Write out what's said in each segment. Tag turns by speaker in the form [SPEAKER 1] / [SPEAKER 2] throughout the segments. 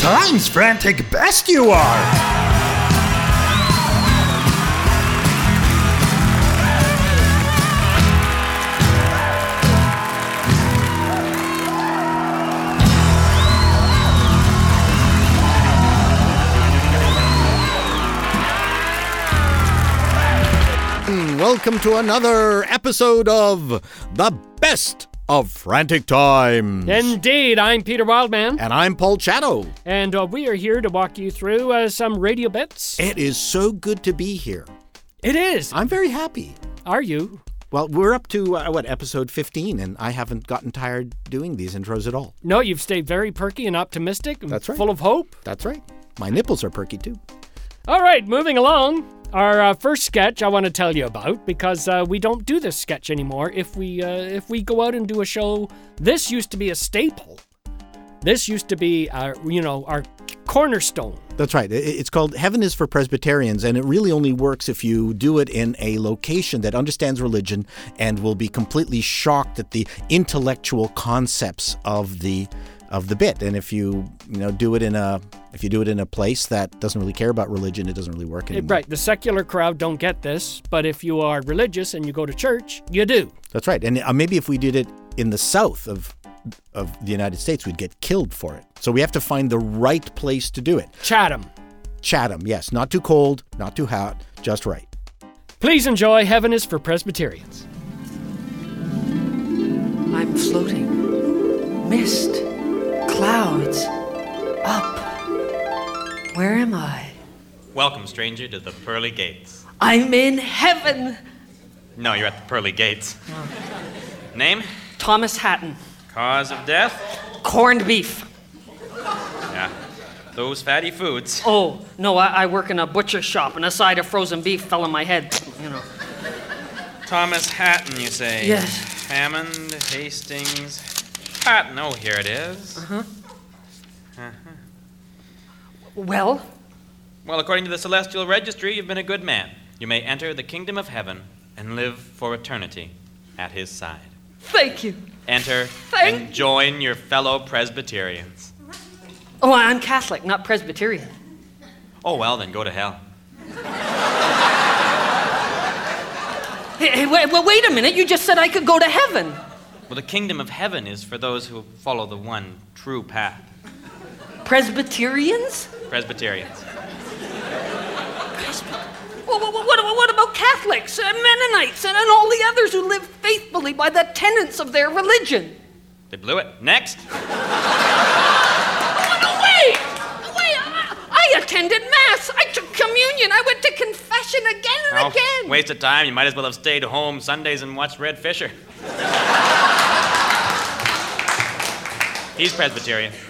[SPEAKER 1] times, frantic best you are!
[SPEAKER 2] Hmm, Welcome to another episode of The Best of Frantic Times.
[SPEAKER 3] Indeed, I'm Peter Wildman,
[SPEAKER 2] And I'm Paul Chatto.
[SPEAKER 3] and uh, we are here to walk you through uh, some radio bits.
[SPEAKER 2] It is so good to be here.
[SPEAKER 3] It is.
[SPEAKER 2] I'm very happy.
[SPEAKER 3] Are you?
[SPEAKER 2] Well, we're up to, uh, what, episode 15, and I haven't gotten tired doing these intros at all.
[SPEAKER 3] No, Oh, you've stayed very perky and optimistic. and
[SPEAKER 2] That's right.
[SPEAKER 3] Full of hope.
[SPEAKER 2] That's right. My nipples are perky too.
[SPEAKER 3] All right, moving along. Our uh, first sketch I want to tell you about because uh, we don't do this sketch anymore. If we uh, if we go out and do a show, this used to be a staple. This used to be our you know our cornerstone.
[SPEAKER 2] That's right. I- It's called Heaven is for Presbyterians, and it really only works if you do it in a location that understands religion and will be completely shocked at the intellectual concepts of the of the bit. And if you you know do it in a if you do it in a place that doesn't really care about religion, it doesn't really work anymore.
[SPEAKER 3] Right, the secular crowd don't get this, but if you are religious and you go to church, you do.
[SPEAKER 2] That's right. And uh, maybe if we did it in the south of of the United States, we'd get killed for it. So we have to find the right place to do it.
[SPEAKER 3] Chatham.
[SPEAKER 2] Chatham, yes, not too cold, not too hot, just right.
[SPEAKER 3] Please enjoy Heaven is for Presbyterians.
[SPEAKER 4] I'm floating. Mist. Clouds. Up. Where am I?
[SPEAKER 5] Welcome, stranger, to the pearly gates.
[SPEAKER 4] I'm in heaven.
[SPEAKER 5] No, you're at the pearly gates. Name?
[SPEAKER 4] Thomas Hatton.
[SPEAKER 5] Cause of death?
[SPEAKER 4] Corned beef.
[SPEAKER 5] Yeah. Those fatty foods.
[SPEAKER 4] Oh, no, I, I work in a butcher shop and a side of frozen beef fell on my head. You know.
[SPEAKER 5] Thomas Hatton, you say?
[SPEAKER 4] Yes.
[SPEAKER 5] Hammond, Hastings, Hatton. Oh, here it is.
[SPEAKER 4] Uh-huh.
[SPEAKER 5] Uh-huh.
[SPEAKER 4] Well,
[SPEAKER 5] Well, according to the celestial registry, you've been a good man. You may enter the kingdom of heaven and live for eternity at his side.
[SPEAKER 4] thank you.
[SPEAKER 5] Enter
[SPEAKER 4] Thank
[SPEAKER 5] and join your fellow Presbyterians.
[SPEAKER 4] Oh, I'm Catholic, not Presbyterian.
[SPEAKER 5] Oh, well, then go to hell.
[SPEAKER 4] Hey, hey, wait, well, wait a minute. You just said I could go to heaven.
[SPEAKER 5] Well, the kingdom of heaven is for those who follow the one true path.
[SPEAKER 4] Presbyterians?
[SPEAKER 5] Presbyterians.
[SPEAKER 4] Well, what, what, what about Catholics and Mennonites and, and all the others who live faithfully by the tenets of their religion?
[SPEAKER 5] They blew it. Next.
[SPEAKER 4] No way! No way! I, I attended Mass. I took communion. I went to confession again and
[SPEAKER 5] Oh,
[SPEAKER 4] again.
[SPEAKER 5] Waste of time. You might as well have stayed home Sundays and watched Red Fisher. He's Presbyterian.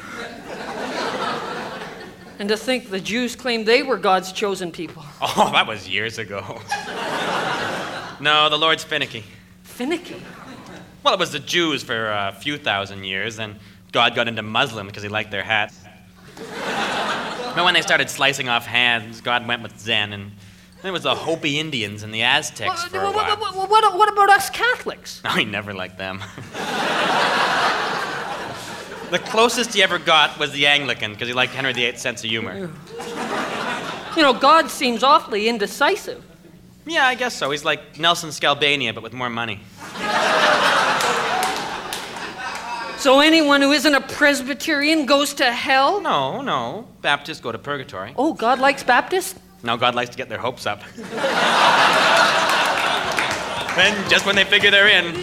[SPEAKER 4] And to think the Jews claimed they were God's chosen people.
[SPEAKER 5] Oh, that was years ago. no, the Lord's finicky.
[SPEAKER 4] Finicky.
[SPEAKER 5] Well, it was the Jews for a few thousand years, and God got into Muslims because he liked their hats. but when they started slicing off hands, God went with Zen, and then it was the Hopi Indians and the Aztecs
[SPEAKER 4] Well,
[SPEAKER 5] for a
[SPEAKER 4] well, well,
[SPEAKER 5] while.
[SPEAKER 4] well, what, what about us Catholics?
[SPEAKER 5] No, he never liked them. the closest he ever got was the Anglican, because he liked Henry VIII's sense of humor.
[SPEAKER 4] You know, God seems awfully indecisive.
[SPEAKER 5] Yeah, I guess so. He's like Nelson Scalbania, but with more money.
[SPEAKER 4] So anyone who isn't a Presbyterian goes to hell?
[SPEAKER 5] No, no. Baptists go to purgatory.
[SPEAKER 4] Oh, God likes Baptists?
[SPEAKER 5] Now God likes to get their hopes up. then, just when they figure they're in,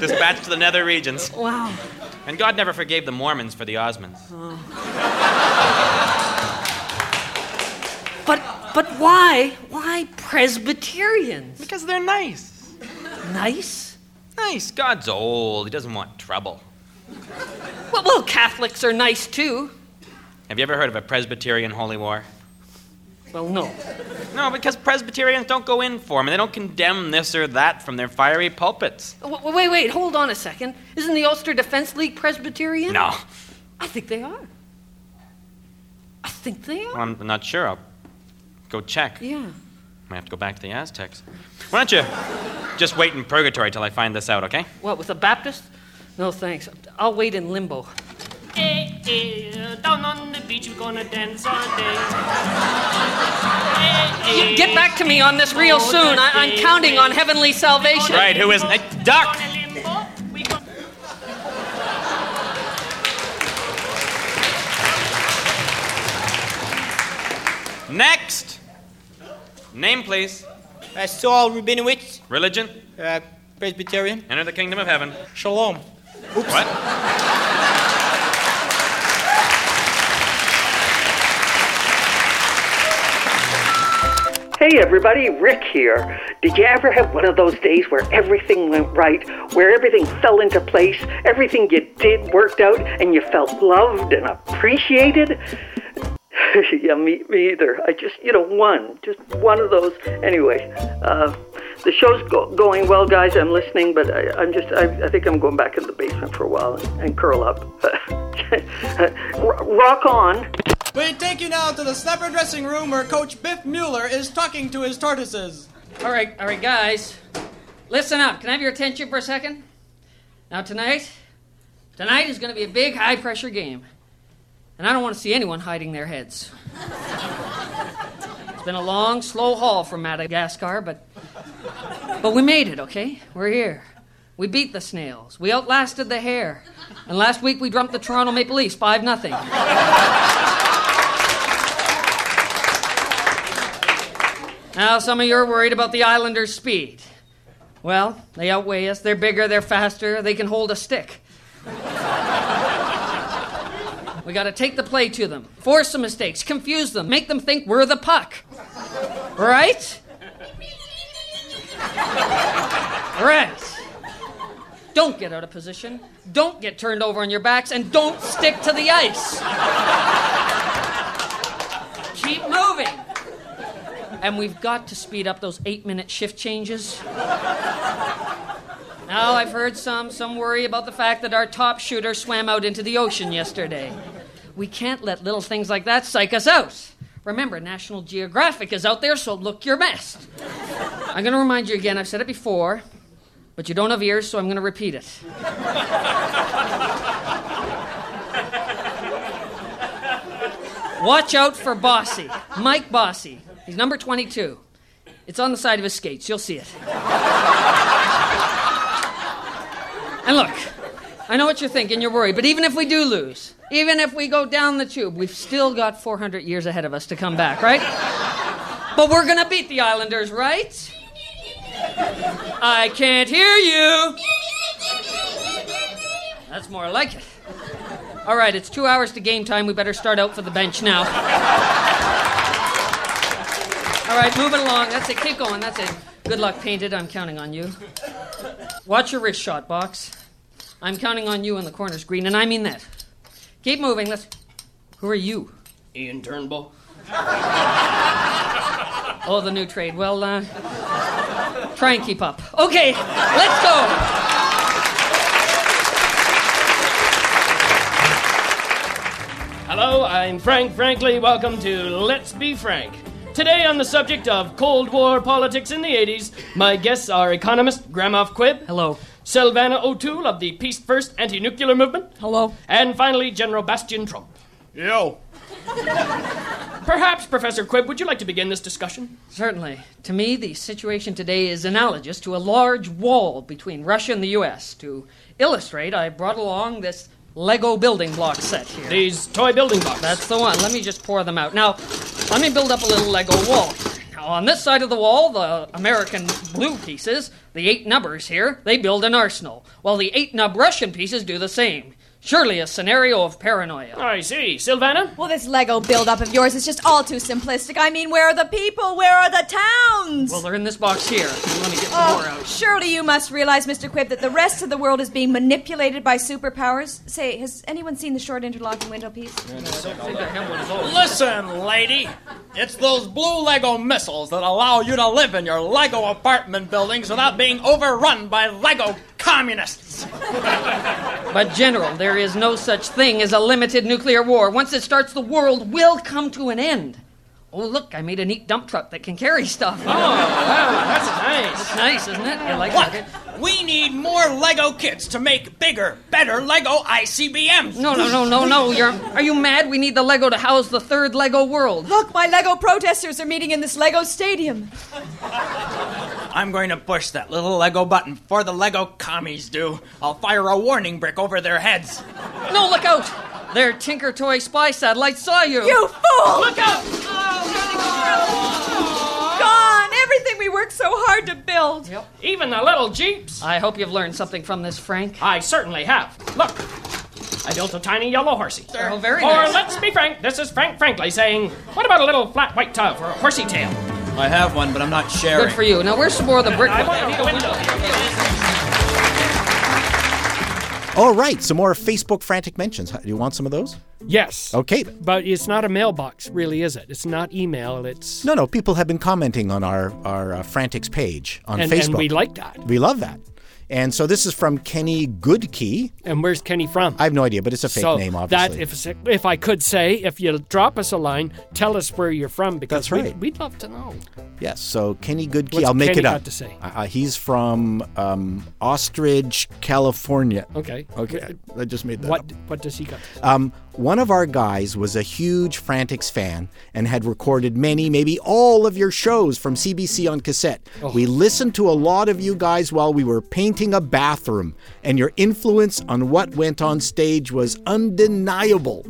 [SPEAKER 5] dispatched to the nether regions.
[SPEAKER 4] Wow.
[SPEAKER 5] And God never forgave the Mormons for the Osmonds.
[SPEAKER 4] But but why? Why Presbyterians?
[SPEAKER 5] Because they're nice.
[SPEAKER 4] Nice?
[SPEAKER 5] Nice. God's old. He doesn't want trouble.
[SPEAKER 4] Well, well, Catholics are nice too.
[SPEAKER 5] Have you ever heard of a Presbyterian holy war?
[SPEAKER 4] Well, no.
[SPEAKER 5] No, because Presbyterians don't go in for them, and they don't condemn this or that from their fiery pulpits.
[SPEAKER 4] W- w- wait, wait, hold on a second. Isn't the Ulster Defense League Presbyterian?
[SPEAKER 5] No,
[SPEAKER 4] I think they are. I think they are.
[SPEAKER 5] I'm not sure. I'll go check.
[SPEAKER 4] Yeah.
[SPEAKER 5] I have to go back to the Aztecs. Why don't you just wait in purgatory till I find this out, okay?
[SPEAKER 4] What, with the Baptists? No, thanks. I'll wait in limbo.
[SPEAKER 3] Hey, uh, down on the beach, we're gonna dance all day.
[SPEAKER 4] You get back to me on this real soon. I, I'm counting on heavenly salvation.
[SPEAKER 5] Right, who isn't? Hey, duck! Next! Name, please.
[SPEAKER 6] Uh, Saul Rubinowitz,
[SPEAKER 5] Religion.
[SPEAKER 6] uh, Presbyterian.
[SPEAKER 5] Enter the kingdom of heaven.
[SPEAKER 6] Shalom.
[SPEAKER 5] What?
[SPEAKER 7] Hey everybody, Rick here. Did you ever have one of those days where everything went right, where everything fell into place, everything you did worked out, and you felt loved and appreciated? yeah, me, me either. I just, you know, one, just one of those. Anyway, uh, the show's go- going well, guys. I'm listening, but I, I'm just, I, I think I'm going back in the basement for a while and, and curl up. Rock on.
[SPEAKER 6] We take you now to the snapper dressing room where Coach Biff Mueller is talking to his tortoises.
[SPEAKER 4] All right, all right, guys. Listen up. Can I have your attention for a second? Now, tonight, tonight is going to be a big high pressure game. And I don't want to see anyone hiding their heads. it's been a long, slow haul from Madagascar, but but we made it, okay? We're here. We beat the snails. We outlasted the hare. And last week we drumped the Toronto Maple Leafs 5 nothing. Now, some of you are worried about the Islanders' speed. Well, they outweigh us. They're bigger, they're faster, they can hold a stick. we got to take the play to them, force some mistakes, confuse them, make them think we're the puck. Right? Right. Don't get out of position, don't get turned over on your backs, and don't stick to the ice. Keep moving. And we've got to speed up those eight minute shift changes. now, I've heard some, some worry about the fact that our top shooter swam out into the ocean yesterday. We can't let little things like that psych us out. Remember, National Geographic is out there, so look your best. I'm going to remind you again, I've said it before, but you don't have ears, so I'm going to repeat it. Watch out for Bossy. Mike Bossy. He's number 22. It's on the side of his skates. You'll see it. and look, I know what you're thinking. You're worried. But even if we do lose, even if we go down the tube, we've still got 400 years ahead of us to come back, right? But we're going to beat the Islanders, right? I can't hear you. That's more like it. All right, it's two hours to game time. We better start out for the bench now. All right, move it along. That's it. Keep going. That's it. Good luck, Painted. I'm counting on you. Watch your wrist shot, Box. I'm counting on you in the corner's green, and I mean that. Keep moving. Let's. Who are you?
[SPEAKER 6] Ian Turnbull.
[SPEAKER 4] Oh, the new trade. Well, uh, try and keep up. Okay, let's go.
[SPEAKER 3] Hello, I'm Frank Frankly. Welcome to Let's Be Frank. Today, on the subject of Cold War politics in the 80s, my guests are economist Gramoff Quibb.
[SPEAKER 4] Hello.
[SPEAKER 3] Sylvana O'Toole of the Peace First anti nuclear movement.
[SPEAKER 4] Hello.
[SPEAKER 3] And finally, General Bastian Trump.
[SPEAKER 6] Yo.
[SPEAKER 3] Perhaps, Professor Quibb, would you like to begin this discussion?
[SPEAKER 4] Certainly. To me, the situation today is analogous to a large wall between Russia and the U.S. To illustrate, I brought along this Lego building block set here.
[SPEAKER 3] These toy building blocks.
[SPEAKER 4] That's the one. Let me just pour them out. Now, let me build up a little Lego wall. Now, on this side of the wall, the American blue pieces, the eight nubbers here, they build an arsenal, while the eight nub Russian pieces do the same. Surely a scenario of paranoia.
[SPEAKER 3] I see. Sylvana?
[SPEAKER 8] Well, this Lego buildup of yours is just all too simplistic. I mean, where are the people? Where are the towns?
[SPEAKER 4] Well, they're in this box here. Let me get some more
[SPEAKER 8] Oh,
[SPEAKER 4] out.
[SPEAKER 8] surely you must realize, Mr. Quibb, that the rest of the world is being manipulated by superpowers. Say, has anyone seen the short interlocking window piece?
[SPEAKER 6] Listen, lady. It's those blue Lego missiles that allow you to live in your Lego apartment buildings without being overrun by Lego communists.
[SPEAKER 4] But, General, there is no such thing as a limited nuclear war. Once it starts, the world will come to an end. Oh, look, I made a neat dump truck that can carry stuff.
[SPEAKER 3] Oh, wow, that's nice.
[SPEAKER 4] Nice, isn't it? You like
[SPEAKER 6] Look,
[SPEAKER 4] that?
[SPEAKER 6] We need more Lego kits to make bigger, better Lego ICBMs.
[SPEAKER 4] No, no, no, no, no. You're, are you mad? We need the Lego to house the third Lego world.
[SPEAKER 8] Look, my Lego protesters are meeting in this Lego stadium.
[SPEAKER 6] I'm going to push that little Lego button before the Lego commies do. I'll fire a warning brick over their heads.
[SPEAKER 4] No, look out! Their Tinker Toy spy satellite saw you.
[SPEAKER 8] You fool!
[SPEAKER 4] Look out!
[SPEAKER 8] Gone! Everything we worked so hard to build.
[SPEAKER 9] Even the little jeeps.
[SPEAKER 4] I hope you've learned something from this, Frank.
[SPEAKER 9] I certainly have. Look, I built a tiny yellow horsey.
[SPEAKER 4] Oh, very
[SPEAKER 9] Or
[SPEAKER 4] nice.
[SPEAKER 9] let's be frank, this is Frank Frankly saying, what about a little flat white tub or a horsey tail?
[SPEAKER 6] I have one, but I'm not sharing.
[SPEAKER 4] Good for you. Now, where's some more of the brick?
[SPEAKER 9] I want a window.
[SPEAKER 2] All right, some more Facebook frantic mentions. Do you want some of those?
[SPEAKER 3] Yes.
[SPEAKER 2] Okay.
[SPEAKER 3] But it's not a mailbox, really, is it? It's not email. It's
[SPEAKER 2] No, no, people have been commenting on our, our uh, Frantics page on
[SPEAKER 3] and,
[SPEAKER 2] Facebook.
[SPEAKER 3] and we like that.
[SPEAKER 2] We love that. And so this is from Kenny Goodkey.
[SPEAKER 3] And where's Kenny from?
[SPEAKER 2] I have no idea, but it's a fake
[SPEAKER 3] so
[SPEAKER 2] name,
[SPEAKER 3] that
[SPEAKER 2] obviously.
[SPEAKER 3] if if I could say, if you drop us a line, tell us where you're from because
[SPEAKER 2] That's right.
[SPEAKER 3] we'd, we'd love to know.
[SPEAKER 2] Yes, so Kenny Goodkey.
[SPEAKER 3] What's
[SPEAKER 2] I'll make
[SPEAKER 3] Kenny
[SPEAKER 2] it up.
[SPEAKER 3] got to say?
[SPEAKER 2] Uh, uh, he's from um, Ostrich, California.
[SPEAKER 3] Okay.
[SPEAKER 2] Okay, I just made that
[SPEAKER 3] Oh. What
[SPEAKER 2] up.
[SPEAKER 3] what does he got? to say?
[SPEAKER 2] Um, one of our guys was a huge Frantics fan and had recorded many, maybe all of your shows from CBC on cassette.
[SPEAKER 3] Oh.
[SPEAKER 2] We listened to a lot of you guys while we were painting a bathroom, and your influence on what went on stage was undeniable.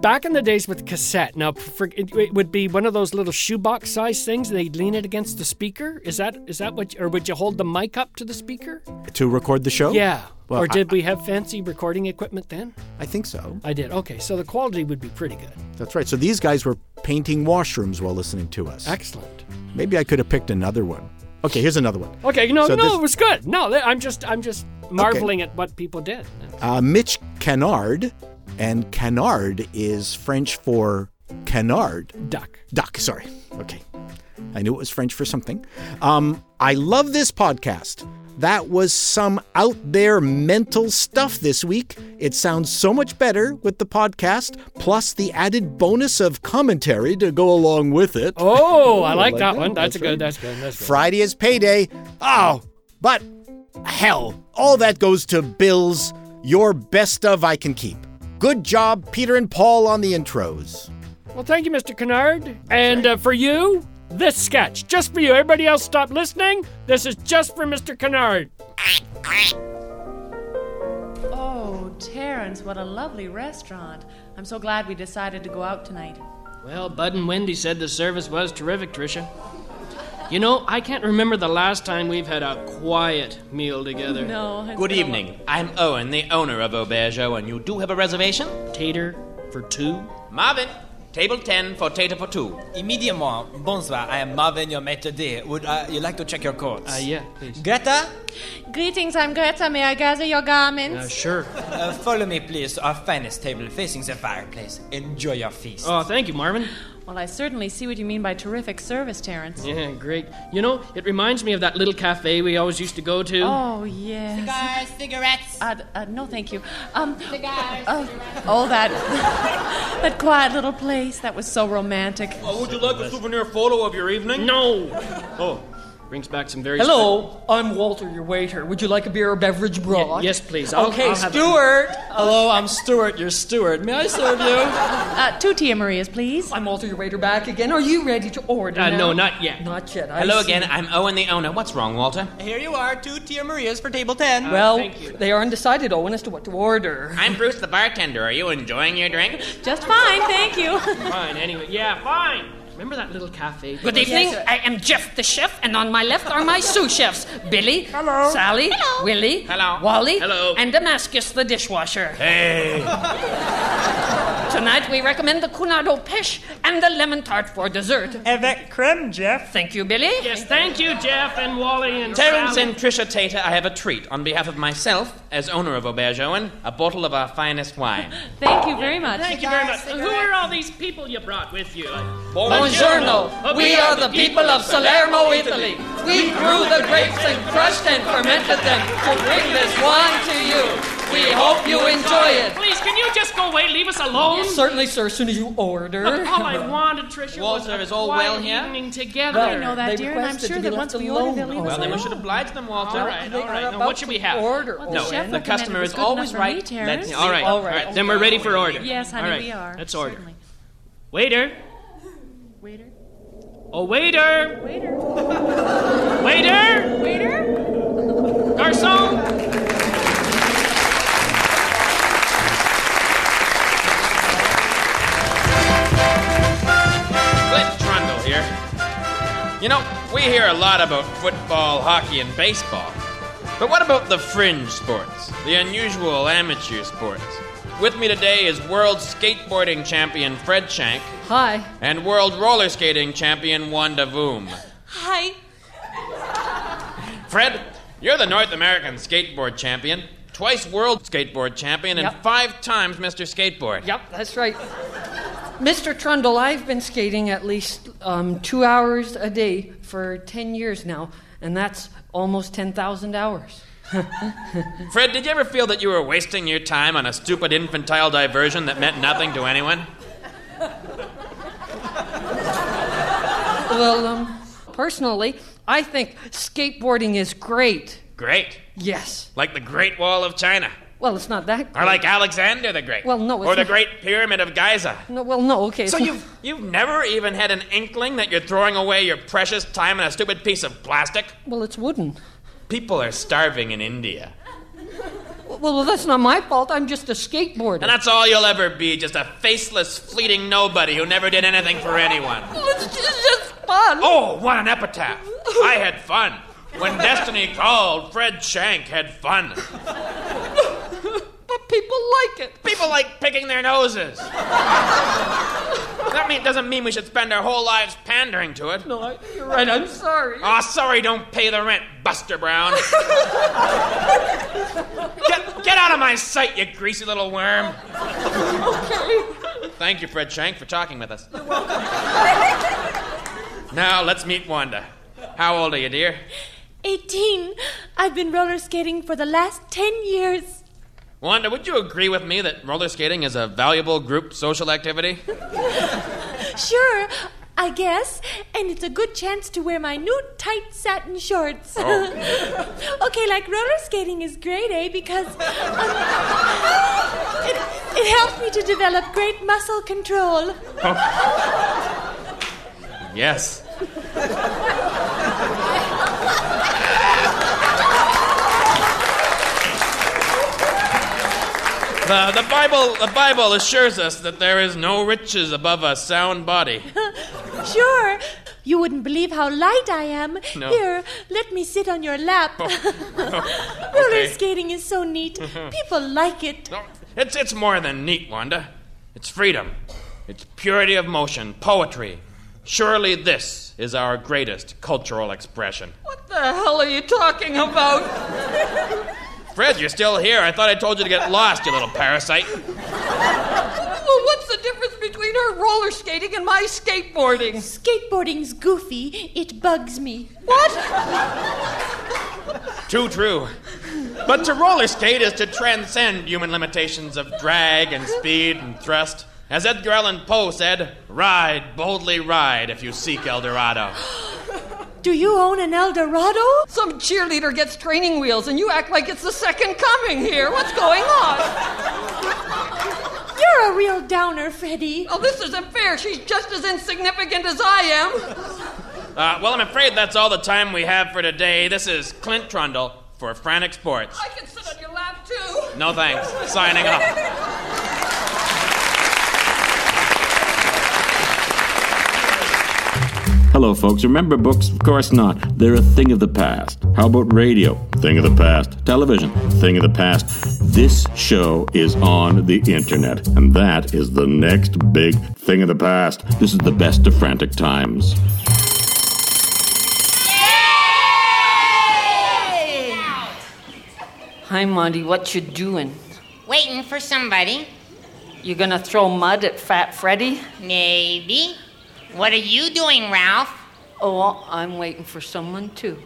[SPEAKER 3] Back in the days with cassette, now for, it, it would be one of those little shoebox size things. and They'd lean it against the speaker. Is that is that what? you- Or would you hold the mic up to the speaker?
[SPEAKER 2] To record the show?
[SPEAKER 3] Yeah.
[SPEAKER 2] Well,
[SPEAKER 3] or did we have fancy recording equipment then?
[SPEAKER 2] I think so.
[SPEAKER 3] I did. Okay, so the quality would be pretty good.
[SPEAKER 2] That's right. So these guys were painting washrooms while listening to us.
[SPEAKER 3] Excellent.
[SPEAKER 2] Maybe I could have picked another one. Okay, here's another one.
[SPEAKER 3] Okay, no,
[SPEAKER 2] So
[SPEAKER 3] no,
[SPEAKER 2] this-
[SPEAKER 3] it was good. No, th- I'm just, I'm just marveling at what people did.
[SPEAKER 2] Uh, Mitch Canard, and Canard is French for canard.
[SPEAKER 3] Duck.
[SPEAKER 2] Duck, sorry. Okay. I knew it was French for something. Um, I love this podcast. That was some out there mental stuff this week. It sounds so much better with the podcast, plus the added bonus of commentary to go along with it.
[SPEAKER 3] Oh, I like
[SPEAKER 2] like
[SPEAKER 3] that
[SPEAKER 2] that.
[SPEAKER 3] one. That's,
[SPEAKER 2] That's
[SPEAKER 3] a good.
[SPEAKER 2] right.
[SPEAKER 3] That's good. That's good.
[SPEAKER 2] Friday is payday. Oh, but hell, all that goes to Bill's Your Best of I Can Keep. Good job, Peter and Paul, on the intros.
[SPEAKER 3] Well, thank you, Mr. Kennard, and uh, for you, this sketch just for you. Everybody else, stop listening. This is just for Mr. Kennard.
[SPEAKER 10] Oh, Terrence, what a lovely restaurant. I'm so glad we decided to go out tonight.
[SPEAKER 9] Well, Bud and Wendy said the service was terrific, Tricia. You know, I can't remember the last time we've had a quiet meal together.
[SPEAKER 10] No. it's
[SPEAKER 11] Good
[SPEAKER 10] been a
[SPEAKER 11] evening. I'm Owen, the owner of Aubergeo, and you do have a reservation?
[SPEAKER 9] Tater for two.
[SPEAKER 11] Marvin, table 10 for tater for two.
[SPEAKER 6] Immediately, bonsoir, I am Marvin, your maitre d'. Would uh, you like to check your coats?
[SPEAKER 9] Uh, yeah, please.
[SPEAKER 6] Greta,
[SPEAKER 10] lo- Greetings, I'm Greta. May I gather your garments?
[SPEAKER 9] Uh, sure.
[SPEAKER 6] uh, follow me, please, to our finest table facing the fireplace. Enjoy your feast.
[SPEAKER 9] Oh, thank you, Marvin.
[SPEAKER 10] Well, I certainly see what you mean by terrific service, Terrence.
[SPEAKER 9] Yeah, great. You know, it reminds me of that little cafe we always used to go to.
[SPEAKER 10] Oh, yes.
[SPEAKER 12] Cigars, cigarettes.
[SPEAKER 10] Uh, uh, no, thank you. Um,
[SPEAKER 12] Cigars,
[SPEAKER 10] uh, oh, that that quiet little place. That was so romantic.
[SPEAKER 11] Oh, would you like a souvenir photo of your evening?
[SPEAKER 9] No. Oh, brings back some very.
[SPEAKER 4] Hello, I'm Walter, your waiter. Would you like a beer or beverage brought?
[SPEAKER 9] yes, please. I'll-
[SPEAKER 4] okay,
[SPEAKER 9] I'll have-
[SPEAKER 4] Stuart.
[SPEAKER 6] Hello, I'm Stuart, your steward. May I serve you?
[SPEAKER 10] Uh, two Tia Marias, please.
[SPEAKER 4] I'm Walter, your waiter, back again. Are you ready to order?
[SPEAKER 9] Uh,
[SPEAKER 4] now?
[SPEAKER 9] no, not yet.
[SPEAKER 4] Not yet. I
[SPEAKER 11] Hello
[SPEAKER 4] see.
[SPEAKER 11] again, I'm Owen, the owner. What's wrong, Walter?
[SPEAKER 6] Here you are, two Tia Marias for table 10.
[SPEAKER 4] Well,
[SPEAKER 9] Thank you.
[SPEAKER 4] they are undecided, Owen, as to what to order.
[SPEAKER 11] I'm Bruce, the bartender. Are you enjoying your drink?
[SPEAKER 10] Just fine, thank you.
[SPEAKER 9] Fine, anyway. Yeah, fine. Remember that little cafe?
[SPEAKER 4] Good evening. I am Jeff, the chef, and on my left are my sous chefs, Billy, Hello. Sally, Willie,
[SPEAKER 11] Hello.
[SPEAKER 4] Wally,
[SPEAKER 11] Hello.
[SPEAKER 4] and Damascus, the dishwasher.
[SPEAKER 11] Hey.
[SPEAKER 4] Tonight we recommend the Cunardo Pesh and the lemon tart for dessert.
[SPEAKER 12] Avec creme, Jeff.
[SPEAKER 4] Thank you, Billy.
[SPEAKER 9] Yes, thank you, Jeff and Wally and
[SPEAKER 11] Terence
[SPEAKER 9] Sally.
[SPEAKER 11] and Trisha Tater, I have a treat on behalf of myself, as owner of Aubergeo, and a bottle of our finest wine.
[SPEAKER 10] Thank you very much.
[SPEAKER 9] Thank you very much. Who are all these people you brought with you?
[SPEAKER 4] Buongiorno. We are the people of Salerno, Italy. We grew the grapes and crushed and fermented them to bring this wine to you. We hope you enjoy it.
[SPEAKER 9] Please Can you just go away? Leave us alone.
[SPEAKER 4] Certainly, sir, as soon as you order.
[SPEAKER 9] Oh. Look, all I wanted, Tricia, was
[SPEAKER 11] Walter,
[SPEAKER 9] a
[SPEAKER 11] is all
[SPEAKER 9] quiet
[SPEAKER 11] well here?
[SPEAKER 9] evening together.
[SPEAKER 11] Well, I know that,
[SPEAKER 5] they dear, and I'm requested sure to be that left once we order, alone, they'll leave us
[SPEAKER 11] Well, then we
[SPEAKER 5] alone.
[SPEAKER 11] should oblige them, Walter.
[SPEAKER 9] All right,
[SPEAKER 11] They
[SPEAKER 9] all right.
[SPEAKER 11] are
[SPEAKER 9] Now,
[SPEAKER 11] about
[SPEAKER 9] what should
[SPEAKER 11] to
[SPEAKER 9] we have?
[SPEAKER 11] order.
[SPEAKER 9] Well,
[SPEAKER 11] no,
[SPEAKER 9] the chef
[SPEAKER 11] the
[SPEAKER 9] recommended
[SPEAKER 11] customer
[SPEAKER 9] it was
[SPEAKER 11] is
[SPEAKER 9] good enough
[SPEAKER 11] always
[SPEAKER 9] for
[SPEAKER 11] right.
[SPEAKER 9] me, Terrence.
[SPEAKER 11] Let's see.
[SPEAKER 9] All right,
[SPEAKER 11] All
[SPEAKER 9] all
[SPEAKER 11] right.
[SPEAKER 9] right. Then we're ready for order.
[SPEAKER 5] Yes, honey,
[SPEAKER 9] all right.
[SPEAKER 5] we are,
[SPEAKER 9] Let's order. Waiter.
[SPEAKER 5] Waiter.
[SPEAKER 9] Oh, waiter. Waiter. waiter.
[SPEAKER 5] Waiter?
[SPEAKER 9] Garçon.
[SPEAKER 11] Clint Trundle here. You know, we hear a lot about football, hockey, and baseball. But what about the fringe sports? The unusual amateur sports? With me today is world skateboarding champion Fred Shank
[SPEAKER 4] Hi.
[SPEAKER 11] and world roller skating champion Wanda Voom.
[SPEAKER 5] Hi.
[SPEAKER 11] Fred, you're the North American skateboard champion, twice world skateboard champion, and
[SPEAKER 4] Yep.
[SPEAKER 11] five times Mr. Skateboard.
[SPEAKER 4] Yep, that's right. Mr. Trundle, I've been skating at least um, two hours a day for 10 years now, and that's almost 10,000 hours.
[SPEAKER 11] Fred, did you ever feel that you were wasting your time on a stupid infantile diversion that meant nothing to anyone?
[SPEAKER 4] Well, um, personally, I think skateboarding is great.
[SPEAKER 11] Great.
[SPEAKER 4] Yes.
[SPEAKER 11] Like the Great Wall of China.
[SPEAKER 4] Well, it's not that
[SPEAKER 11] Or like Alexander the Great.
[SPEAKER 4] Well, no, it's
[SPEAKER 11] Or the
[SPEAKER 4] not-
[SPEAKER 11] Great Pyramid of Giza.
[SPEAKER 4] No, well, no, okay.
[SPEAKER 11] So
[SPEAKER 4] it's not-
[SPEAKER 11] you've, you've never even had an inkling that you're throwing away your precious time on a stupid piece of plastic?
[SPEAKER 4] Well, it's wooden.
[SPEAKER 11] People are starving in India.
[SPEAKER 4] Well, well, that's not my fault. I'm just a skateboarder.
[SPEAKER 11] And that's all you'll ever be, just a faceless, fleeting nobody who never did anything for anyone.
[SPEAKER 4] It's just, just fun.
[SPEAKER 11] Oh, what an epitaph! I had fun. When destiny called, Fred Shank had fun.
[SPEAKER 4] But people like it.
[SPEAKER 11] People like picking their noses. That mean, doesn't mean we should spend our whole lives pandering to it.
[SPEAKER 4] No, I, you're right. I'm sorry.
[SPEAKER 11] Aw, sorry, don't pay the rent, Buster Brown. get, get out of my sight, you greasy little worm. Thank you, Fred Shank, for talking with us. You're welcome. Now, let's meet Wanda. How old are you, dear?
[SPEAKER 10] 18. I've been roller skating for the last 10 years.
[SPEAKER 11] Wanda, would you agree with me that roller skating is a valuable group social activity?
[SPEAKER 10] Sure, I guess. And it's a good chance to wear my new tight satin shorts. okay, like roller skating is great, eh? Because um, it, it helped me to develop great muscle control.
[SPEAKER 11] Yes. The, the Bible the Bible assures us that there is no riches above a sound body.
[SPEAKER 10] Sure. You wouldn't believe how light I am.
[SPEAKER 11] No.
[SPEAKER 10] Here, let me sit on your lap. Roller skating is so neat. People like it.
[SPEAKER 11] It's it's more than neat, Wanda. It's freedom. It's purity of motion, poetry. Surely this is our greatest cultural expression.
[SPEAKER 4] What the hell are you talking about?
[SPEAKER 11] Fred, you're still here. I thought I told you to get lost, you little parasite.
[SPEAKER 4] Well, what's the difference between her roller skating and my skateboarding?
[SPEAKER 10] Skateboarding's goofy. It bugs me.
[SPEAKER 11] Too true. But to roller skate is to transcend human limitations of drag and speed and thrust. As Edgar Allan Poe said, ride, boldly ride if you seek El Dorado.
[SPEAKER 10] Do you own an El Dorado?
[SPEAKER 4] Some cheerleader gets training wheels and you act like it's the second coming here. What's going on?
[SPEAKER 10] You're a real downer, Freddy.
[SPEAKER 4] Oh, this isn't fair. She's just as insignificant as I am.
[SPEAKER 11] Uh, well, I'm afraid that's all the time we have for today. This is Clint Trundle for Frantic Sports.
[SPEAKER 4] I can sit on your lap too.
[SPEAKER 11] No thanks. Signing off.
[SPEAKER 13] Hello, folks. Remember books? Of course not. They're a thing of the past. How about radio? Thing of the past. Television? Thing of the past. This show is on the internet, and that is the next big thing of the past. This is the best of frantic times.
[SPEAKER 4] Hi, Monty. What you doing?
[SPEAKER 14] Waiting for somebody.
[SPEAKER 4] You gonna throw mud at Fat Freddy?
[SPEAKER 14] Maybe. What are you doing, Ralph?
[SPEAKER 4] Oh, I'm waiting for someone too.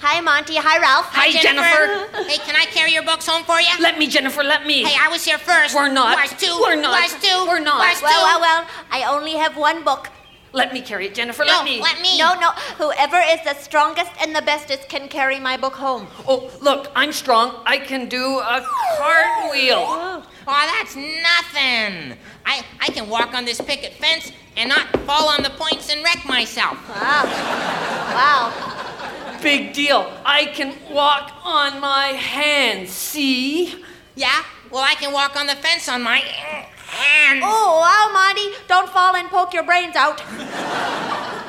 [SPEAKER 14] Hi, Monty. Hi, Ralph.
[SPEAKER 4] Hi, Jennifer.
[SPEAKER 14] hey, can I carry your books home for you?
[SPEAKER 4] Let me, Jennifer, let me.
[SPEAKER 14] Hey, I was here first.
[SPEAKER 4] We're not.
[SPEAKER 14] Was two.
[SPEAKER 4] We're not.
[SPEAKER 14] Was two.
[SPEAKER 4] We're not.
[SPEAKER 14] Was two.
[SPEAKER 4] Well, well, well,
[SPEAKER 14] I only have one book.
[SPEAKER 4] Let me carry it, Jennifer.
[SPEAKER 14] no,
[SPEAKER 4] let me.
[SPEAKER 14] let me. No, no. Whoever is the strongest and the bestest can carry my book home.
[SPEAKER 4] Oh, look, I'm strong. I can do a cartwheel.
[SPEAKER 14] Oh, that's nothing. I, I can walk on this picket fence and not fall on the points and wreck myself. Wow. wow.
[SPEAKER 4] Big deal. I can walk on my hands, see?
[SPEAKER 14] Yeah? Well, I can walk on the fence on my.
[SPEAKER 4] Oh, wow, Monty. Don't fall and poke your brains out.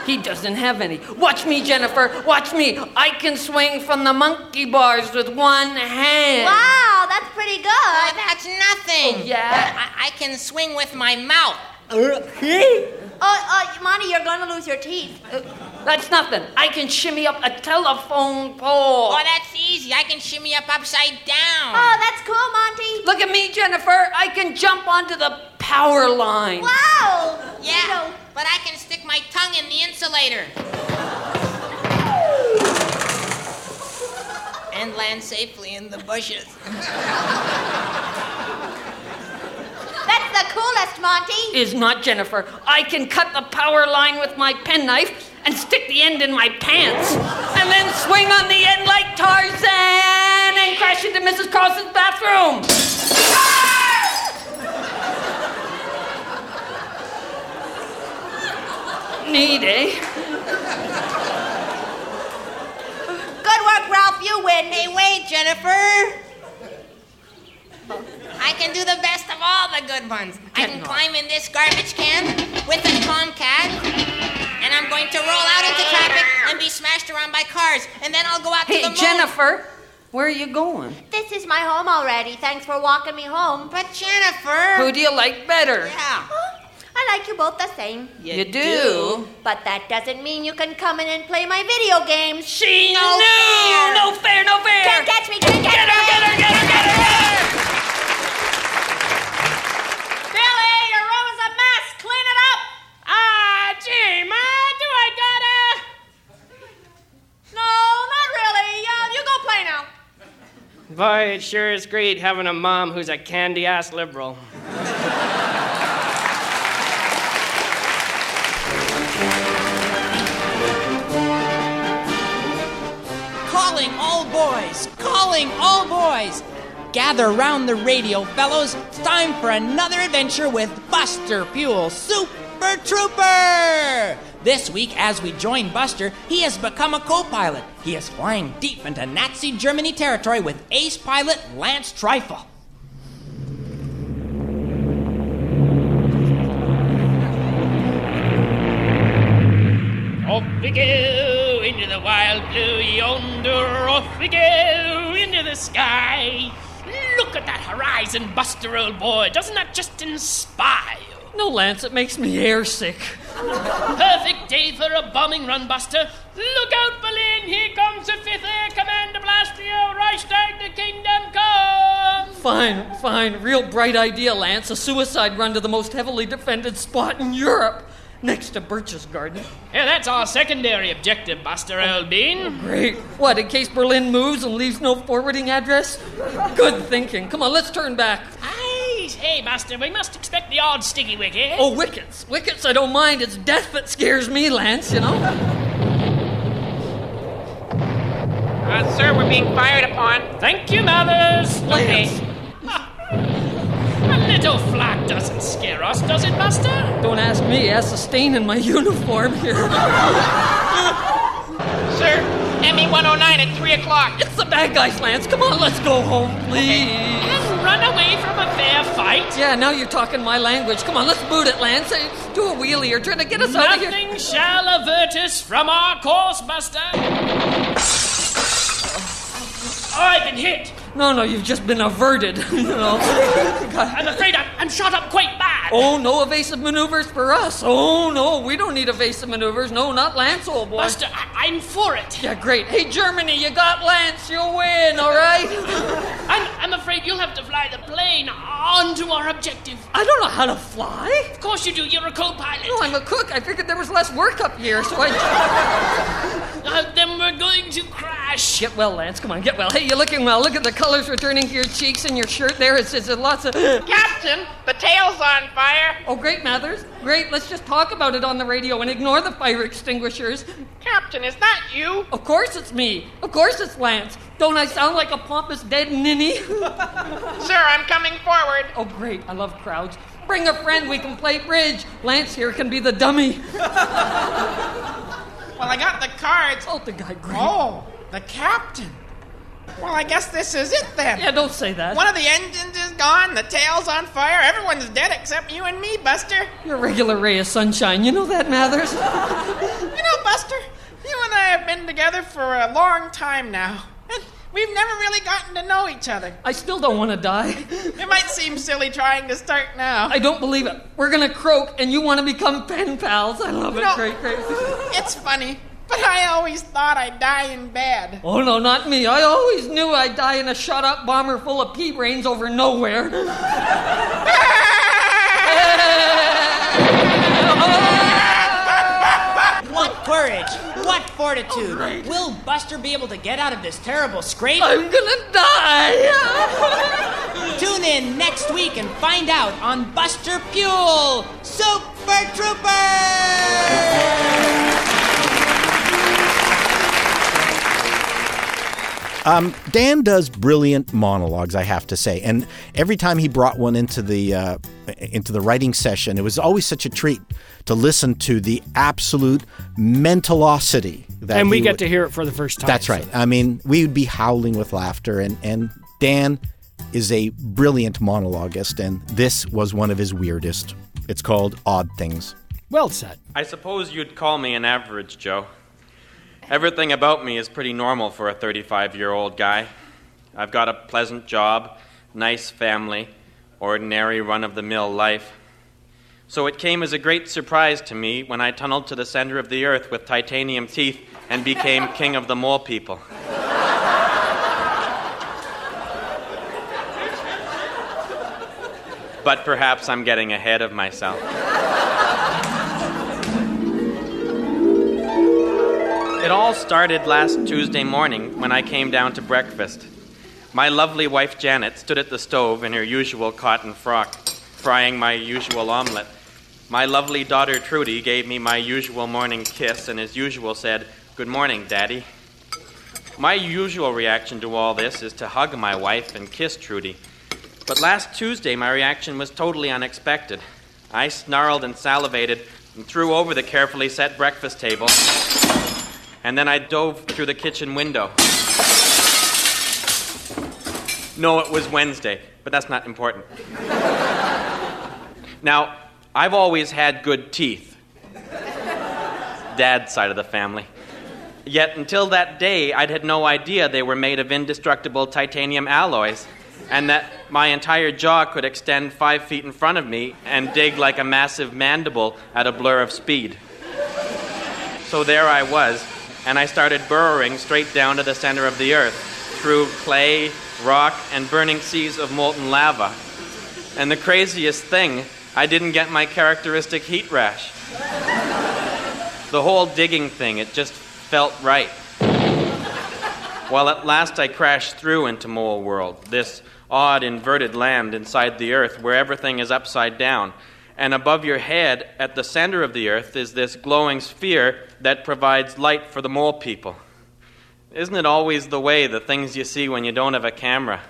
[SPEAKER 4] he doesn't have any. Watch me, Jennifer. Watch me. I can swing from the monkey bars with one hand.
[SPEAKER 14] Wow, that's pretty good. that's nothing. yeah. I, I can swing with my mouth.
[SPEAKER 4] Uh, Oh, uh, Monty, you're gonna lose your teeth. Uh, that's nothing. I can shimmy up a telephone pole.
[SPEAKER 14] Oh, that's easy. I can shimmy up upside down.
[SPEAKER 4] Oh,
[SPEAKER 14] that's cool, Monty.
[SPEAKER 4] Look at me, Jennifer. I can jump onto the power line.
[SPEAKER 14] Wow. Yeah. But I can stick my tongue in the insulator. and land safely in the bushes.
[SPEAKER 4] That's the coolest, Monty. Is not Jennifer. I can cut the power line with my penknife and stick the end in my pants, and then swing on the end like Tarzan and crash into Mrs. Carlson's bathroom. Ah! Need eh?
[SPEAKER 14] Good work, Ralph. You win. Hey, wait, Jennifer. I can do the best of all the good ones. I can climb in this garbage can with a tomcat, and I'm going to roll out into traffic and be smashed around by cars, and then I'll go out
[SPEAKER 4] Hey,
[SPEAKER 14] to the moon.
[SPEAKER 4] Jennifer, where are you going?
[SPEAKER 14] This is my home already. Thanks for walking me home. But Jennifer.
[SPEAKER 4] Who do you like better?
[SPEAKER 14] Yeah. I like you both the same.
[SPEAKER 4] You You do. do.
[SPEAKER 14] But that doesn't mean you can come in and play my video games.
[SPEAKER 4] She knew! No fair, no fair!
[SPEAKER 14] Can't catch me, can't catch me! Get her,
[SPEAKER 4] get her, get her,
[SPEAKER 14] get her!
[SPEAKER 15] Billy, your room is a mess. Clean it up. Ah, gee, ma, do I gotta? No, not really. Uh, you go play now.
[SPEAKER 16] Boy, it sure is great having a mom who's a candy ass liberal.
[SPEAKER 6] Calling all boys! Calling all boys! Gather round the radio, fellows. It's time for another adventure with Buster Puel, Super Trooper! This week, as we join Buster, he has become a co pilot. He is flying deep into Nazi Germany territory with ace pilot Lance Trifle.
[SPEAKER 9] Off we go into the wild blue yonder. Off we go into the sky. Look at that horizon, Buster, old boy. Doesn't that just inspire?
[SPEAKER 3] No, Lance, it makes me airsick.
[SPEAKER 9] Perfect day for a bombing run, Buster. Look out, Berlin! Here comes the Fifth Air Command to blast the Reichstag. The kingdom comes.
[SPEAKER 3] Fine, fine. Real bright idea, Lance. A suicide run to the most heavily defended spot in Europe, next to Birch's Garden.
[SPEAKER 9] Yeah, that's our secondary objective, Buster, old bean.
[SPEAKER 3] Oh, Great. What, in case Berlin moves and leaves no forwarding address? Good thinking. Come on, let's turn back.
[SPEAKER 9] Hey, hey, Buster, we must expect the odd sticky wicket.
[SPEAKER 3] Oh, wickets. Wickets, I don't mind. It's death that scares me, Lance, you know?
[SPEAKER 11] Uh, sir, we're being fired upon.
[SPEAKER 9] Thank you, Mathers. Lance. A little flag doesn't scare us, does it, Buster?
[SPEAKER 3] Don't ask me. Ask the stain in my uniform here.
[SPEAKER 11] Sir, ME 109 at 3 o'clock.
[SPEAKER 3] It's the bad guys, Lance. Come on, let's go home, please.
[SPEAKER 9] And run away from a fair fight.
[SPEAKER 3] Yeah, now you're talking my language. Come on, let's boot it, Lance. Hey, Do a wheelie or trying to get us out of here.
[SPEAKER 9] Nothing shall avert us from our course, Buster. I've been hit.
[SPEAKER 3] No, no, you've just been averted. you know.
[SPEAKER 9] I'm afraid I'm, I'm shot up quite bad.
[SPEAKER 3] Oh, no evasive maneuvers for us. Oh, no, we don't need evasive maneuvers. No, not Lance, old boy.
[SPEAKER 9] Buster, I, I'm for it.
[SPEAKER 3] Yeah, great. Hey, Germany, you got Lance. You'll win, all right?
[SPEAKER 9] I'm, I'm afraid you'll have to fly the plane onto our objective.
[SPEAKER 3] I don't know how to fly.
[SPEAKER 9] Of course you do. You're a co-pilot.
[SPEAKER 3] No, I'm a cook. I figured there was less work up here, so I.
[SPEAKER 9] Uh, then we're
[SPEAKER 16] going to crash.
[SPEAKER 4] Get well, Lance. Come on, get well. Hey, you're looking well. Look at the colors returning to your cheeks and your shirt there. It's, it's lots of.
[SPEAKER 11] Captain, the tail's on fire.
[SPEAKER 4] Oh, great, Mathers. Great. Let's just talk about it on the radio and ignore the fire extinguishers.
[SPEAKER 11] Captain, is that you?
[SPEAKER 4] Of course it's me. Of course it's Lance. Don't I sound like a pompous dead ninny?
[SPEAKER 11] Sir, I'm coming forward.
[SPEAKER 4] Oh, great. I love crowds. Bring a friend. We can play bridge. Lance here can be the dummy.
[SPEAKER 11] Well, I got the cards.
[SPEAKER 4] Oh, the guy. Great.
[SPEAKER 11] Oh, the captain. Well, I guess this is it then.
[SPEAKER 4] Yeah, don't say that.
[SPEAKER 11] One of the engines is gone, the tail's on fire, everyone's dead except you and me, Buster.
[SPEAKER 4] You're a regular ray of sunshine. You know that, Mathers?
[SPEAKER 11] you know, Buster, you and I have been together for a long time now. and We've never really gotten to know each other.
[SPEAKER 4] I still don't want to die.
[SPEAKER 11] It might seem silly trying to start now.
[SPEAKER 4] I don't believe it. We're going to croak, and you want to become pen pals. I love it.
[SPEAKER 11] No.
[SPEAKER 4] Great, great.
[SPEAKER 11] It's funny, but I always thought I'd die in bed.
[SPEAKER 4] Oh, no, not me. I always knew I'd die in a shot up bomber full of pea brains over nowhere.
[SPEAKER 6] What courage! What fortitude! Will Buster be able to get out of this terrible scrape?
[SPEAKER 4] I'm gonna die.
[SPEAKER 6] Tune in next week and find out on Buster Fuel Super Trooper!
[SPEAKER 2] Um, Dan does brilliant monologues, I have to say, and every time he brought one into the uh, into the writing session, it was always such a treat to listen to the absolute mentalosity that.
[SPEAKER 3] and we
[SPEAKER 2] he
[SPEAKER 3] get
[SPEAKER 2] would-
[SPEAKER 3] to hear it for the first time.
[SPEAKER 2] That's
[SPEAKER 3] so
[SPEAKER 2] right. I mean, we would be howling with laughter, and and Dan is a brilliant monologuist, and this was one of his weirdest. It's called Odd Things.
[SPEAKER 3] Well said.
[SPEAKER 5] I suppose you'd call me an average Joe. Everything about me is pretty normal for a 35 year old guy. I've got a pleasant job, nice family, ordinary run of the mill life. So it came as a great surprise to me when I tunneled to the center of the earth with titanium teeth and became king of the mole people. But perhaps I'm getting ahead of myself. It all started last Tuesday morning when I came down to breakfast. My lovely wife Janet stood at the stove in her usual cotton frock, frying my usual omelet. My lovely daughter Trudy gave me my usual morning kiss and, as usual, said, Good morning, Daddy. My usual reaction to all this is to hug my wife and kiss Trudy. But last Tuesday, my reaction was totally unexpected. I snarled and salivated and threw over the carefully set breakfast table, and then I dove through the kitchen window. No, it was Wednesday, but that's not important. Now, I've always had good teeth. Dad's side of the family. Yet until that day, I'd had no idea they were made of indestructible titanium alloys, and that my entire jaw could extend five feet in front of me and dig like a massive mandible at a blur of speed. So there I was, and I started burrowing straight down to the center of the earth, through clay, rock, and burning seas of molten lava. And the craziest thing, I didn't get my characteristic heat rash. The whole digging thing, it just felt right. Well, at last I crashed through into Mole World, this odd inverted land inside the earth where everything is upside down. And above your head, at the center of the earth, is this glowing sphere that provides light for the mole people. Isn't it always the way, the things you see when you don't have a camera?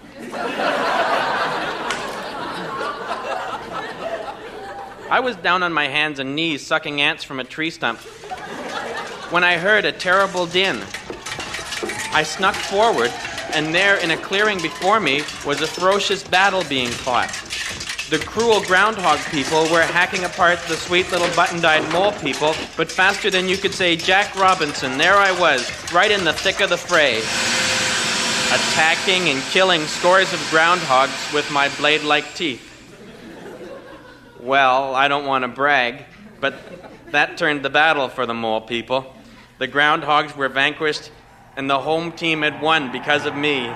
[SPEAKER 5] I was down on my hands and knees sucking ants from a tree stump when I heard a terrible din. I snuck forward, and there in a clearing before me was a ferocious battle being fought. The cruel groundhog people were hacking apart the sweet little button eyed mole people, but faster than you could say Jack Robinson, there I was, right in the thick of the fray. Attacking and killing scores of groundhogs with my blade like teeth. Well, I don't want to brag, but that turned the battle for the mole people. The groundhogs were vanquished, and the home team had won because of me.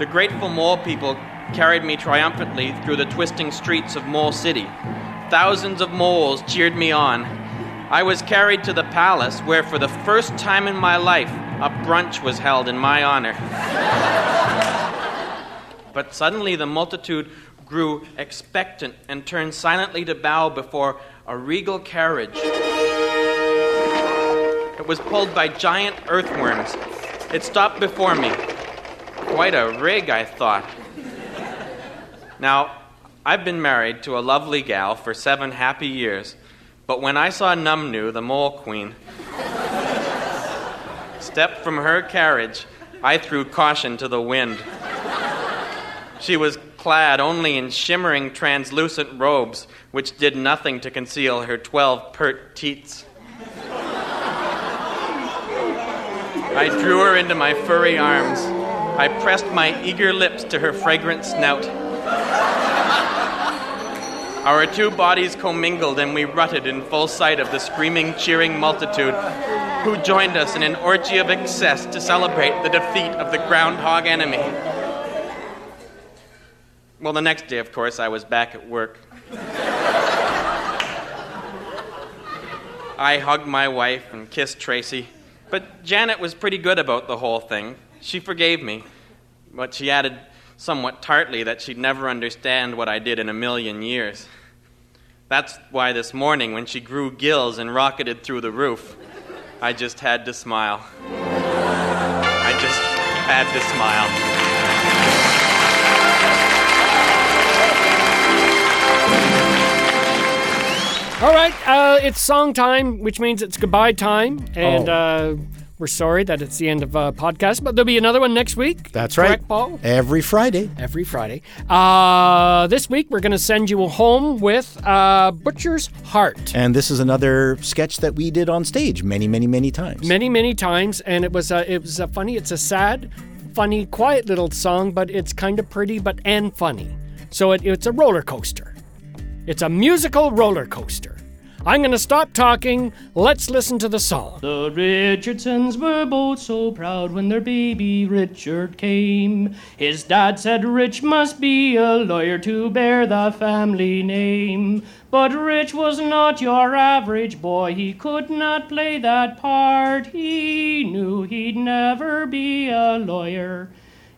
[SPEAKER 5] The grateful mole people carried me triumphantly through the twisting streets of Mole City. Thousands of moles cheered me on. I was carried to the palace where, for the first time in my life, a brunch was held in my honor. but suddenly the multitude grew expectant and turned silently to bow before a regal carriage. It was pulled by giant earthworms. It stopped before me. Quite a rig, I thought. Now, I've been married to a lovely gal for seven happy years, but when I saw Numnu, the mole queen, step from her carriage, I threw caution to the wind. She was clad only in shimmering translucent robes, which did nothing to conceal her twelve pert teats. I drew her into my furry arms. I pressed my eager lips to her fragrant snout. Our two bodies commingled and we rutted in full sight of the screaming, cheering multitude who joined us in an orgy of excess to celebrate the defeat of the groundhog enemy. Well, the next day, of course, I was back at work. I hugged my wife and kissed Tracy, but Janet was pretty good about the whole thing. She forgave me, but she added, somewhat tartly that she'd never understand what I did in a million years. That's why this morning, when she grew gills and rocketed through the roof, I just had to smile. I just had to smile.
[SPEAKER 3] All right, uh, it's song time, which means it's goodbye time,
[SPEAKER 2] Oh.
[SPEAKER 3] and uh, we're sorry that it's the end of uh, podcast, but there'll be another one next week.
[SPEAKER 2] That's right.
[SPEAKER 3] Correct, Paul?
[SPEAKER 2] Every Friday.
[SPEAKER 3] Every Friday. Uh, this week we're going to send you home with uh, Butcher's Heart.
[SPEAKER 2] And this is another sketch that we did on stage many, many, many times.
[SPEAKER 3] many many times and it was a, it was a funny it's a sad funny quiet little song but it's kind of pretty but and funny so it, it's a roller coaster it's a musical roller coaster i'm gonna stop talking let's listen to the song
[SPEAKER 9] The Richardsons were both so proud when their baby Richard came. His dad said Rich must be a lawyer to bear the family name. But Rich was not your average boy, he could not play that part. He knew he'd never be a lawyer.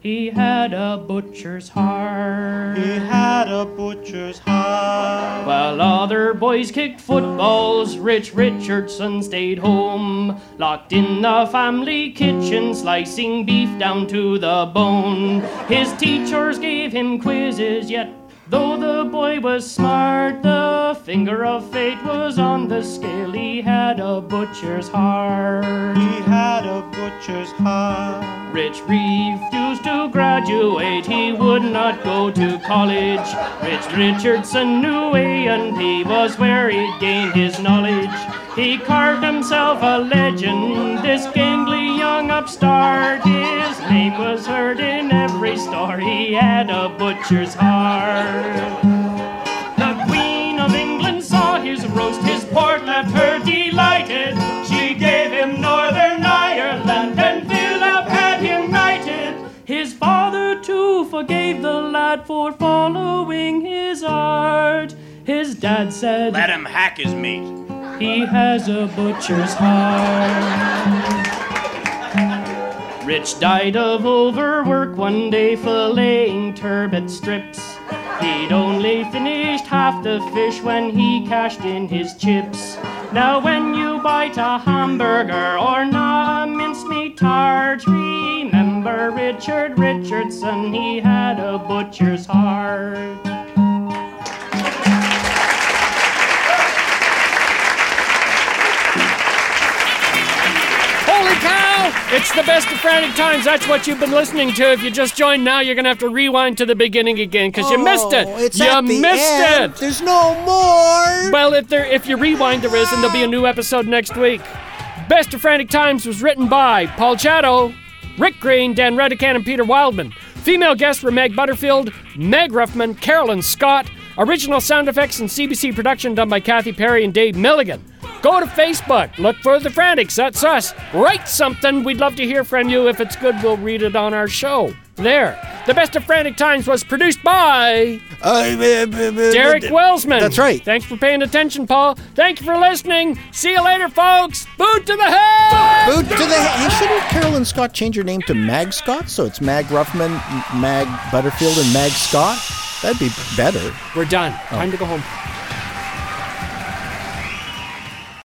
[SPEAKER 9] He had a butcher's heart. He had a butcher's heart. While other boys kicked footballs, Rich Richardson stayed home. Locked in the family kitchen, slicing beef down to the bone. His teachers gave him quizzes, yet Though the boy was smart, the finger of fate was on the scale. He had a butcher's heart. He had a butcher's heart. Rich refused to graduate, he would not go to college. Rich Richardson knew A and P was where he gained his knowledge. He carved himself a legend, this gangly young upstart. His name was heard in every store, he had a butcher's heart. The Queen of England saw his roast, his port left her delighted. She gave him Northern Ireland, and Philip had him knighted. His father too forgave the lad for following his art. His dad said,
[SPEAKER 17] Let him hack his meat.
[SPEAKER 9] he has a butcher's heart. Rich died of overwork one day filleting turbot strips. He'd only finished half the fish when he cashed in his chips. Now, when you bite a hamburger or gnaw a mincemeat tart, remember Richard Richardson, he had a butcher's heart.
[SPEAKER 3] Holy cow! It's the best of frantic times. That's what you've been listening to. If you just joined now, you're gonna have to rewind to the beginning again because you missed it.
[SPEAKER 2] Oh, it's
[SPEAKER 3] you
[SPEAKER 2] at the
[SPEAKER 3] missed
[SPEAKER 2] end.
[SPEAKER 3] it.
[SPEAKER 2] There's no more.
[SPEAKER 3] Well, if there, if you rewind, there is, and there'll be a new episode next week. Best of Frantic Times was written by Paul Chatto, Rick Green, Dan Redican, and Peter Wildman. Female guests were Meg Butterfield, Meg Ruffman, Carolyn Scott. Original sound effects and CBC production done by Kathy Perry and Dave Milligan. Go to Facebook, look for The Frantics, that's us. Write something, we'd love to hear from you. If it's good, we'll read it on our show. There. The Best of Frantic Times was produced by.
[SPEAKER 2] Uh,
[SPEAKER 3] Derek Wellsman.
[SPEAKER 2] That's right.
[SPEAKER 3] Thanks for paying attention, Paul. Thank you for listening. See you later, folks. Boot to the head.
[SPEAKER 2] Boot to the head. You shouldn't didn't Carolyn Scott change her name to Mag Scott? So it's Mag Ruffman, M- Mag Butterfield, and Mag Scott? That'd be better. Oh.
[SPEAKER 3] We're done. Time to go home.